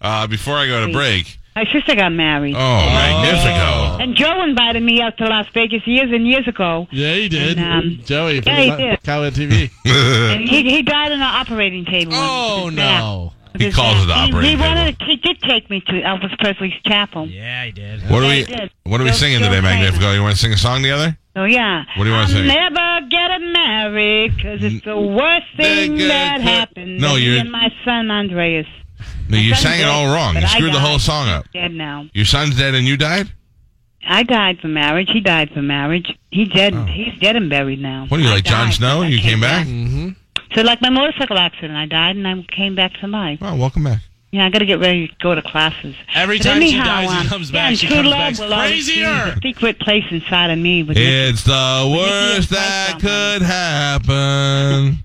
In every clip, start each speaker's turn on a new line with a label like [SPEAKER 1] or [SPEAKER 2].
[SPEAKER 1] Uh, before I go to break.
[SPEAKER 2] My sister got married.
[SPEAKER 1] Oh, Magnifico.
[SPEAKER 2] And Joe invited me out to Las Vegas years and years ago.
[SPEAKER 3] Yeah, he did.
[SPEAKER 2] And, um,
[SPEAKER 3] Joey from
[SPEAKER 2] yeah, he
[SPEAKER 3] Cal-
[SPEAKER 2] did.
[SPEAKER 3] Cowhead TV.
[SPEAKER 2] And he, he died on an operating table.
[SPEAKER 3] oh,
[SPEAKER 2] With his back.
[SPEAKER 3] no.
[SPEAKER 2] With
[SPEAKER 1] He
[SPEAKER 2] his
[SPEAKER 1] calls it the
[SPEAKER 2] back. He-
[SPEAKER 1] operating
[SPEAKER 2] He,
[SPEAKER 1] table.
[SPEAKER 2] wanted to, he did take me to Elvis Presley's chapel.
[SPEAKER 4] Yeah, he did.
[SPEAKER 1] What are
[SPEAKER 2] I
[SPEAKER 1] we
[SPEAKER 2] did.
[SPEAKER 1] What are we
[SPEAKER 2] Joe-
[SPEAKER 1] singing
[SPEAKER 2] Joe
[SPEAKER 1] today,
[SPEAKER 2] Kramer.
[SPEAKER 1] Magnifico? You want to sing a song together?
[SPEAKER 2] So yeah.
[SPEAKER 1] What do you wanna Mm.
[SPEAKER 2] I'll
[SPEAKER 1] say?
[SPEAKER 2] Never get married because it's the worst thing
[SPEAKER 1] Nigga,
[SPEAKER 2] that
[SPEAKER 1] put-
[SPEAKER 2] happened.
[SPEAKER 1] No,
[SPEAKER 2] to me
[SPEAKER 1] you're-
[SPEAKER 2] and my son Andreas.
[SPEAKER 1] No, you
[SPEAKER 2] son's
[SPEAKER 1] sang it
[SPEAKER 2] dead,
[SPEAKER 1] all wrong.
[SPEAKER 2] but
[SPEAKER 1] You
[SPEAKER 2] I
[SPEAKER 1] screwed the
[SPEAKER 2] got
[SPEAKER 1] whole
[SPEAKER 2] it.
[SPEAKER 1] song up.
[SPEAKER 2] Dead now.
[SPEAKER 1] Your son's dead and you died?
[SPEAKER 2] I died for marriage. He died for marriage. He dead. He's dead and buried now.
[SPEAKER 1] Oh. What are you,
[SPEAKER 2] I
[SPEAKER 1] like Jon
[SPEAKER 2] died
[SPEAKER 1] Snow?
[SPEAKER 2] since I
[SPEAKER 1] You came back?
[SPEAKER 3] Mm-hmm.
[SPEAKER 2] So like my motorcycle accident, I died and I came back to life.
[SPEAKER 1] Well, Oh, welcome back.
[SPEAKER 2] Yeah, I got to get ready to go to classes.
[SPEAKER 3] Every
[SPEAKER 2] But
[SPEAKER 3] time she
[SPEAKER 2] anyhow,
[SPEAKER 3] dies, she
[SPEAKER 2] um,
[SPEAKER 3] comes
[SPEAKER 2] yeah,
[SPEAKER 3] back.
[SPEAKER 2] and
[SPEAKER 3] She
[SPEAKER 2] true
[SPEAKER 3] comes
[SPEAKER 2] love
[SPEAKER 3] back
[SPEAKER 2] will always be
[SPEAKER 3] crazier.
[SPEAKER 2] the Secret place inside of me. With
[SPEAKER 1] It's the
[SPEAKER 2] Nikki
[SPEAKER 1] worst
[SPEAKER 2] and
[SPEAKER 1] that
[SPEAKER 2] Frank
[SPEAKER 1] could happen.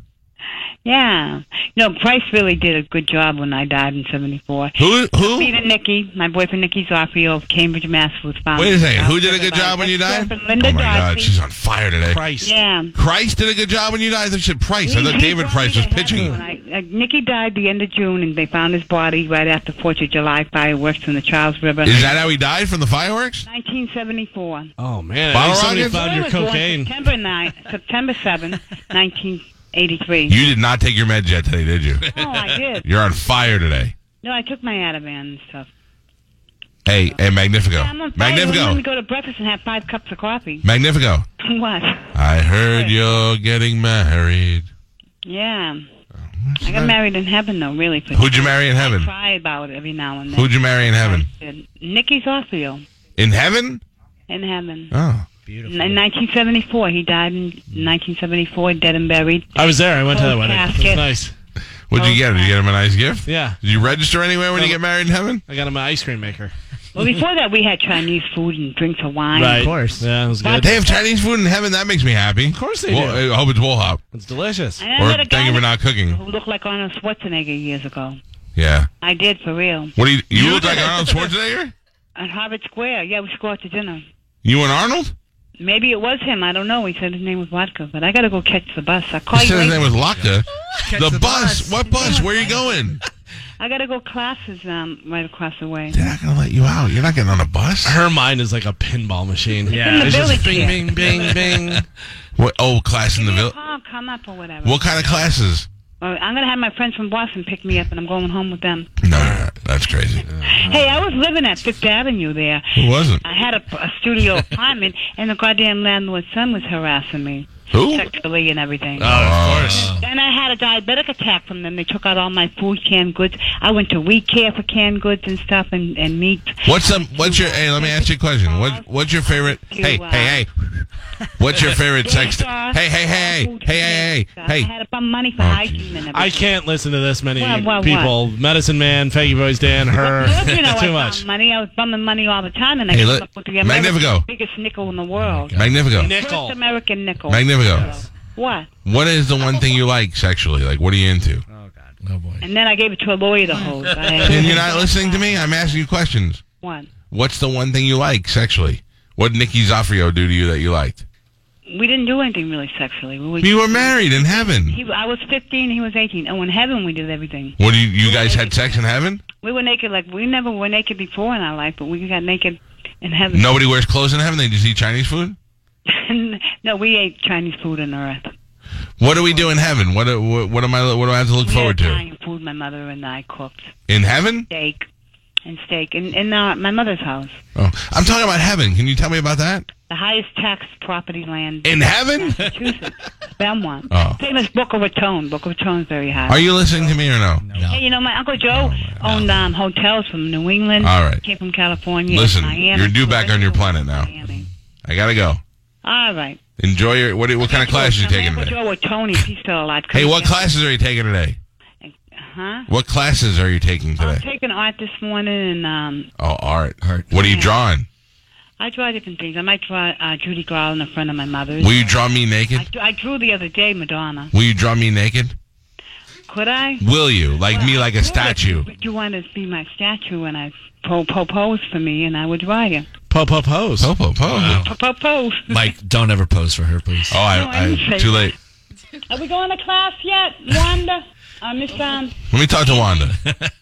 [SPEAKER 2] yeah. No, Price really did a good job when I died in '74.
[SPEAKER 1] Who?
[SPEAKER 2] Me
[SPEAKER 1] Who?
[SPEAKER 2] and Nikki, my boyfriend Nikki Zoffio of Cambridge, Mass. was found.
[SPEAKER 1] Wait a second. Who did a good job when you died? Oh
[SPEAKER 2] Linda
[SPEAKER 1] my God,
[SPEAKER 2] Darcy.
[SPEAKER 1] she's on fire today.
[SPEAKER 3] Christ.
[SPEAKER 2] yeah.
[SPEAKER 1] Christ did a good job when you died. I said Price. I
[SPEAKER 2] He-
[SPEAKER 1] thought
[SPEAKER 2] he
[SPEAKER 1] David
[SPEAKER 2] brought
[SPEAKER 1] Price
[SPEAKER 2] me
[SPEAKER 1] was
[SPEAKER 2] to heaven
[SPEAKER 1] pitching.
[SPEAKER 2] when I, uh, Nikki died the end of June, and they found his body right after Fourth of July fireworks in the Charles River.
[SPEAKER 1] Is that how he died from the fireworks?
[SPEAKER 2] 1974.
[SPEAKER 3] Oh, man. I
[SPEAKER 1] Bottle
[SPEAKER 3] think somebody
[SPEAKER 1] rocket?
[SPEAKER 3] found
[SPEAKER 2] I
[SPEAKER 3] your
[SPEAKER 2] was born
[SPEAKER 3] cocaine.
[SPEAKER 2] September 9, September 7, 1983.
[SPEAKER 1] You did not take your med jet today, did you?
[SPEAKER 2] no, Oh, I did.
[SPEAKER 1] You're on fire today.
[SPEAKER 2] No, I took my Ativan and stuff.
[SPEAKER 1] Hey, hey, Magnifico.
[SPEAKER 2] I'm on fire. You want me to
[SPEAKER 1] Magnifico.
[SPEAKER 2] go to breakfast and have five cups of coffee.
[SPEAKER 1] Magnifico.
[SPEAKER 2] what?
[SPEAKER 1] I heard you're getting married.
[SPEAKER 2] Yeah. I got married in heaven, though, really. For
[SPEAKER 1] Who'd you marry in heaven?
[SPEAKER 2] cry about it every now and then.
[SPEAKER 1] Who'd you marry in heaven?
[SPEAKER 2] Nicky Zoffio
[SPEAKER 1] In heaven?
[SPEAKER 2] in heaven.
[SPEAKER 1] Oh.
[SPEAKER 2] In 1974, he died in 1974, dead and buried.
[SPEAKER 3] I was there. I went to that
[SPEAKER 2] Oh,
[SPEAKER 3] wedding. It was
[SPEAKER 2] casket.
[SPEAKER 3] nice.
[SPEAKER 2] Oh,
[SPEAKER 1] What'd you get? Did you get him a nice gift?
[SPEAKER 3] Yeah.
[SPEAKER 1] Did you register anywhere when you get married in heaven?
[SPEAKER 3] I got him an ice cream maker.
[SPEAKER 2] Well, before that, we had Chinese food and drinks of wine.
[SPEAKER 3] Right. Of
[SPEAKER 4] course.
[SPEAKER 3] Yeah, it was
[SPEAKER 2] Uh,
[SPEAKER 3] good.
[SPEAKER 1] They have Chinese food in heaven. That makes me happy. Of
[SPEAKER 3] course they do.
[SPEAKER 1] I hope it's Wool Hop.
[SPEAKER 3] It's delicious.
[SPEAKER 2] And I
[SPEAKER 1] Or
[SPEAKER 2] met a guy
[SPEAKER 1] thank you for not cooking.
[SPEAKER 2] who looked like Arnold Schwarzenegger years ago.
[SPEAKER 1] Yeah.
[SPEAKER 2] I did for real.
[SPEAKER 1] What do you? You, look like Arnold Schwarzenegger.
[SPEAKER 2] At Harvard Square, yeah, we should go out to dinner.
[SPEAKER 1] You and Arnold?
[SPEAKER 2] Maybe it was him. I don't know. He said his name was Vodka, but I got to go catch the bus. I call
[SPEAKER 1] He
[SPEAKER 2] you.
[SPEAKER 1] said his
[SPEAKER 2] later.
[SPEAKER 1] name was Lotka. The,
[SPEAKER 4] the
[SPEAKER 1] bus.
[SPEAKER 4] bus.
[SPEAKER 1] What bus? Where are you going?
[SPEAKER 2] I got to go classes um, right across the way.
[SPEAKER 1] They're not gonna let you out. You're not getting on a bus.
[SPEAKER 3] Her mind is like a pinball machine.
[SPEAKER 4] Yeah. In the
[SPEAKER 3] It's just
[SPEAKER 2] village
[SPEAKER 3] bing,
[SPEAKER 2] here.
[SPEAKER 3] bing, bing, bing.
[SPEAKER 1] What? Oh, class in the village.
[SPEAKER 2] Paul, come up or whatever.
[SPEAKER 1] What kind of classes?
[SPEAKER 2] Well, I'm gonna have my friends from Boston pick me up, and I'm going home with them.
[SPEAKER 1] No, no, no. that's crazy.
[SPEAKER 2] Hey, I was living at Fifth Avenue there.
[SPEAKER 1] Who wasn't?
[SPEAKER 2] I had a, a studio apartment, and the goddamn landlord's son was harassing me
[SPEAKER 1] Who?
[SPEAKER 2] sexually and everything.
[SPEAKER 3] Oh,
[SPEAKER 1] Uh.
[SPEAKER 3] Uh,
[SPEAKER 1] of course.
[SPEAKER 2] And I had a diabetic attack from them. They took out all my food, canned goods. I went to We Care for canned goods and stuff and, and meat.
[SPEAKER 1] What's um? What's your? Hey, let me ask you a question. What? What's your favorite? Hey, hey, hey. What's your favorite sex?
[SPEAKER 2] uh,
[SPEAKER 1] Hey, hey, hey, hey, hey, hey,
[SPEAKER 2] I
[SPEAKER 1] hey. hey.
[SPEAKER 2] had a bum money for
[SPEAKER 1] Oh,
[SPEAKER 2] hygiene
[SPEAKER 1] Jesus.
[SPEAKER 2] and everything.
[SPEAKER 3] I can't listen to this many
[SPEAKER 2] What, what, what?
[SPEAKER 3] people. Medicine Man, Faggy Boys Dan, her.
[SPEAKER 2] you know, I
[SPEAKER 3] too much.
[SPEAKER 2] bum money. I was bumming money all the time, and I
[SPEAKER 1] Hey,
[SPEAKER 2] came
[SPEAKER 1] look,
[SPEAKER 2] up with the American
[SPEAKER 1] Magnifico. Oh,
[SPEAKER 2] biggest nickel in the world.
[SPEAKER 1] Magnifico.
[SPEAKER 3] Nickel.
[SPEAKER 2] First American nickel.
[SPEAKER 1] Magnifico.
[SPEAKER 2] What?
[SPEAKER 1] What is the one thing you like sexually? Like, what are you into?
[SPEAKER 4] Oh boy.
[SPEAKER 2] And then I gave it to a lawyer to hold. I,
[SPEAKER 1] And you're not listening to me. I'm asking you questions.
[SPEAKER 2] what?
[SPEAKER 1] What's the one thing you like sexually? What did Nikki Zafrio do to you that you liked?
[SPEAKER 2] We didn't do anything really sexually. We were,
[SPEAKER 1] You were married in heaven.
[SPEAKER 2] he, I was 15, he was 18. Oh, in heaven we did everything.
[SPEAKER 1] What do you, you guys had sex in heaven?
[SPEAKER 2] We were naked like we never were naked before in our life, but we got naked in heaven.
[SPEAKER 1] Nobody wears clothes in heaven. They just eat Chinese food.
[SPEAKER 2] no, we ate Chinese food on earth.
[SPEAKER 1] What do we do in heaven? What do- what, what am I? What do I have to look
[SPEAKER 2] We
[SPEAKER 1] forward
[SPEAKER 2] had
[SPEAKER 1] to
[SPEAKER 2] Italian food my mother and I cooked.
[SPEAKER 1] in heaven?
[SPEAKER 2] Steak and steak in, in our, my mother's house.
[SPEAKER 1] Oh, I'm talking about heaven. Can you tell me about that?
[SPEAKER 2] The highest tax property land
[SPEAKER 1] In heaven?
[SPEAKER 2] Massachusetts. Belmont.
[SPEAKER 1] Oh.
[SPEAKER 2] Famous Boca Raton. Boca Raton's very high.
[SPEAKER 1] Are you listening to me or no?
[SPEAKER 2] Hey, you know, my Uncle Joe owned um, hotels from New England.
[SPEAKER 1] All right.
[SPEAKER 2] Came from California.
[SPEAKER 1] Listen,
[SPEAKER 2] Miami,
[SPEAKER 1] you're due back on your planet now.
[SPEAKER 2] Miami.
[SPEAKER 1] I gotta go.
[SPEAKER 2] All right.
[SPEAKER 1] Enjoy your. What what kind of classes you
[SPEAKER 2] My
[SPEAKER 1] taking
[SPEAKER 2] Uncle
[SPEAKER 1] today?
[SPEAKER 2] Joe or Tony, if he's still alive.
[SPEAKER 1] Hey, what classes are you taking today?
[SPEAKER 2] Huh?
[SPEAKER 1] What classes are you taking
[SPEAKER 2] I'm
[SPEAKER 1] today?
[SPEAKER 2] taking art this morning, and um,
[SPEAKER 1] Oh, art. Art. What are you drawing?
[SPEAKER 2] I draw different things. I might draw uh, Judy Garland, a friend of my mother's.
[SPEAKER 1] Will you draw me
[SPEAKER 2] I,
[SPEAKER 1] naked?
[SPEAKER 2] drew- I drew the other day Madonna.
[SPEAKER 1] Will you draw me naked?
[SPEAKER 2] Could I?
[SPEAKER 1] Will you like me like a statue?
[SPEAKER 2] Would you want to be my statue and I po- po- pose for me, and I would draw you.
[SPEAKER 3] Pop, pop, hose.
[SPEAKER 1] Po po po.
[SPEAKER 2] Po- po- pose.
[SPEAKER 4] Mike, don't ever pose for her, please.
[SPEAKER 1] Oh,
[SPEAKER 2] No, I
[SPEAKER 1] I,
[SPEAKER 2] didn't
[SPEAKER 1] I
[SPEAKER 2] say
[SPEAKER 1] too
[SPEAKER 2] that.
[SPEAKER 1] late.
[SPEAKER 2] Are we going to class yet, Wanda? Uh, Miss um,
[SPEAKER 3] Oh.
[SPEAKER 1] Let me talk to Wanda.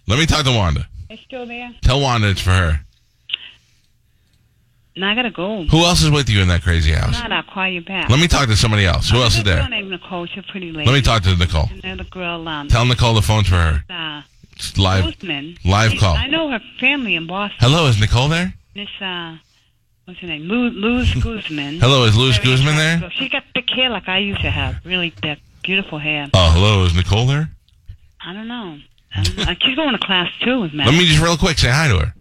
[SPEAKER 1] Let me talk to Wanda.
[SPEAKER 2] It's still there.
[SPEAKER 1] Tell Wanda it's for her.
[SPEAKER 2] Now I gotta go.
[SPEAKER 1] Who else is with you in that crazy house?
[SPEAKER 2] Not, I'll call you back.
[SPEAKER 1] Let me talk to somebody else. Who else is
[SPEAKER 2] Her
[SPEAKER 1] there?
[SPEAKER 2] name Nicole. She's a pretty lady.
[SPEAKER 1] Let me talk to Nicole.
[SPEAKER 2] Another girl. Um,
[SPEAKER 1] Tell Nicole the phone's for her.
[SPEAKER 2] uh,
[SPEAKER 1] It's live
[SPEAKER 2] Boothman.
[SPEAKER 1] live call.
[SPEAKER 2] I know her family in Boston.
[SPEAKER 1] Hello, is Nicole there?
[SPEAKER 2] Miss, uh, what's her name? Lou, Luz Guzman.
[SPEAKER 1] Hello, is Louis
[SPEAKER 2] Very
[SPEAKER 1] Guzman
[SPEAKER 2] attractive
[SPEAKER 1] there?
[SPEAKER 2] girl. She got thick hair like I used to have. Really thick, beautiful hair.
[SPEAKER 1] Oh, hello, is Nicole there?
[SPEAKER 2] I don't know. I don't know. She's going to class too with me.
[SPEAKER 1] Let me just real quick say hi to her.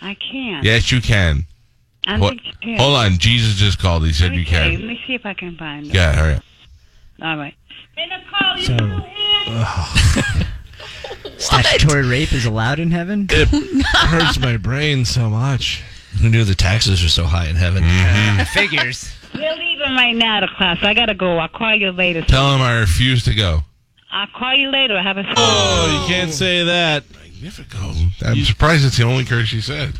[SPEAKER 2] I can't.
[SPEAKER 1] Yes, you can.
[SPEAKER 2] I
[SPEAKER 1] Ho-
[SPEAKER 2] think she can.
[SPEAKER 1] Hold on, Jesus just called. He said
[SPEAKER 2] Let me
[SPEAKER 1] you
[SPEAKER 2] tell you.
[SPEAKER 1] can.
[SPEAKER 2] Let me see if I can find her.
[SPEAKER 1] Yeah, hurry up.
[SPEAKER 2] All right.
[SPEAKER 5] Statutory rape is allowed in heaven?
[SPEAKER 3] It hurts my brain so much.
[SPEAKER 4] Who knew the taxes are so high in heaven?
[SPEAKER 5] Figures.
[SPEAKER 2] We're leaving right now to class. I gotta go. I'll call you later.
[SPEAKER 1] Tell him I refuse to go.
[SPEAKER 2] I'll call you later. Have a
[SPEAKER 3] Oh, you can't say that.
[SPEAKER 1] Magnifico. Oh, I'm surprised it's the only curse she said.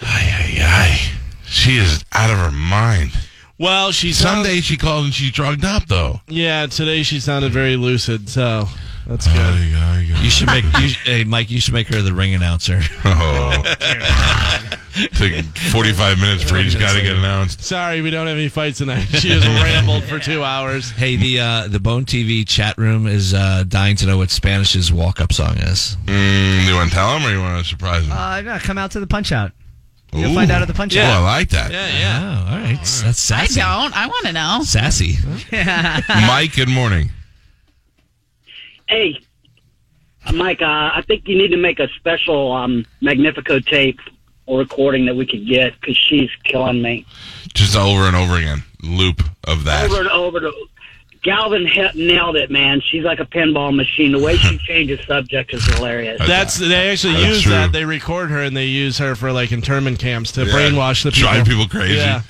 [SPEAKER 1] Ay, ay, ay. She is out of her mind.
[SPEAKER 3] Well, she sound-
[SPEAKER 1] Sunday she called and she's drugged up though.
[SPEAKER 3] Yeah, today she sounded very lucid, so that's good.
[SPEAKER 1] Ay, ay, ay.
[SPEAKER 4] You should make you, sh- hey Mike. You should make her the ring announcer.
[SPEAKER 1] Oh. Took 45 minutes for each guy to get announced.
[SPEAKER 3] Sorry, we don't have any fights tonight. She has rambled for two hours.
[SPEAKER 4] Hey, the uh, the Bone TV chat room is uh, dying to know what Spanish's walk up song is.
[SPEAKER 1] Mm, you want to tell him or you want to surprise him?
[SPEAKER 5] Uh, no, come out to the punch out. You'll find out at the punch
[SPEAKER 1] Oh, I
[SPEAKER 5] out.
[SPEAKER 1] like that.
[SPEAKER 4] Yeah. Oh, all right. That's
[SPEAKER 6] I
[SPEAKER 4] sassy.
[SPEAKER 6] don't. I want to know.
[SPEAKER 4] Sassy.
[SPEAKER 1] Mike, good morning.
[SPEAKER 7] Hey, Mike, uh, I think you need to make a special um, Magnifico tape or recording that we could get because she's killing me.
[SPEAKER 1] Just over and over again. Loop of that.
[SPEAKER 7] Over and over. To, Galvin he- nailed it, man. She's like a pinball machine. The way she changes subject is hilarious.
[SPEAKER 3] That's they actually
[SPEAKER 1] That's
[SPEAKER 3] use
[SPEAKER 1] true.
[SPEAKER 3] that. They record her and they use her for like internment camps to
[SPEAKER 1] Yeah.
[SPEAKER 3] brainwash the people.
[SPEAKER 1] Drive people crazy.
[SPEAKER 3] Yeah.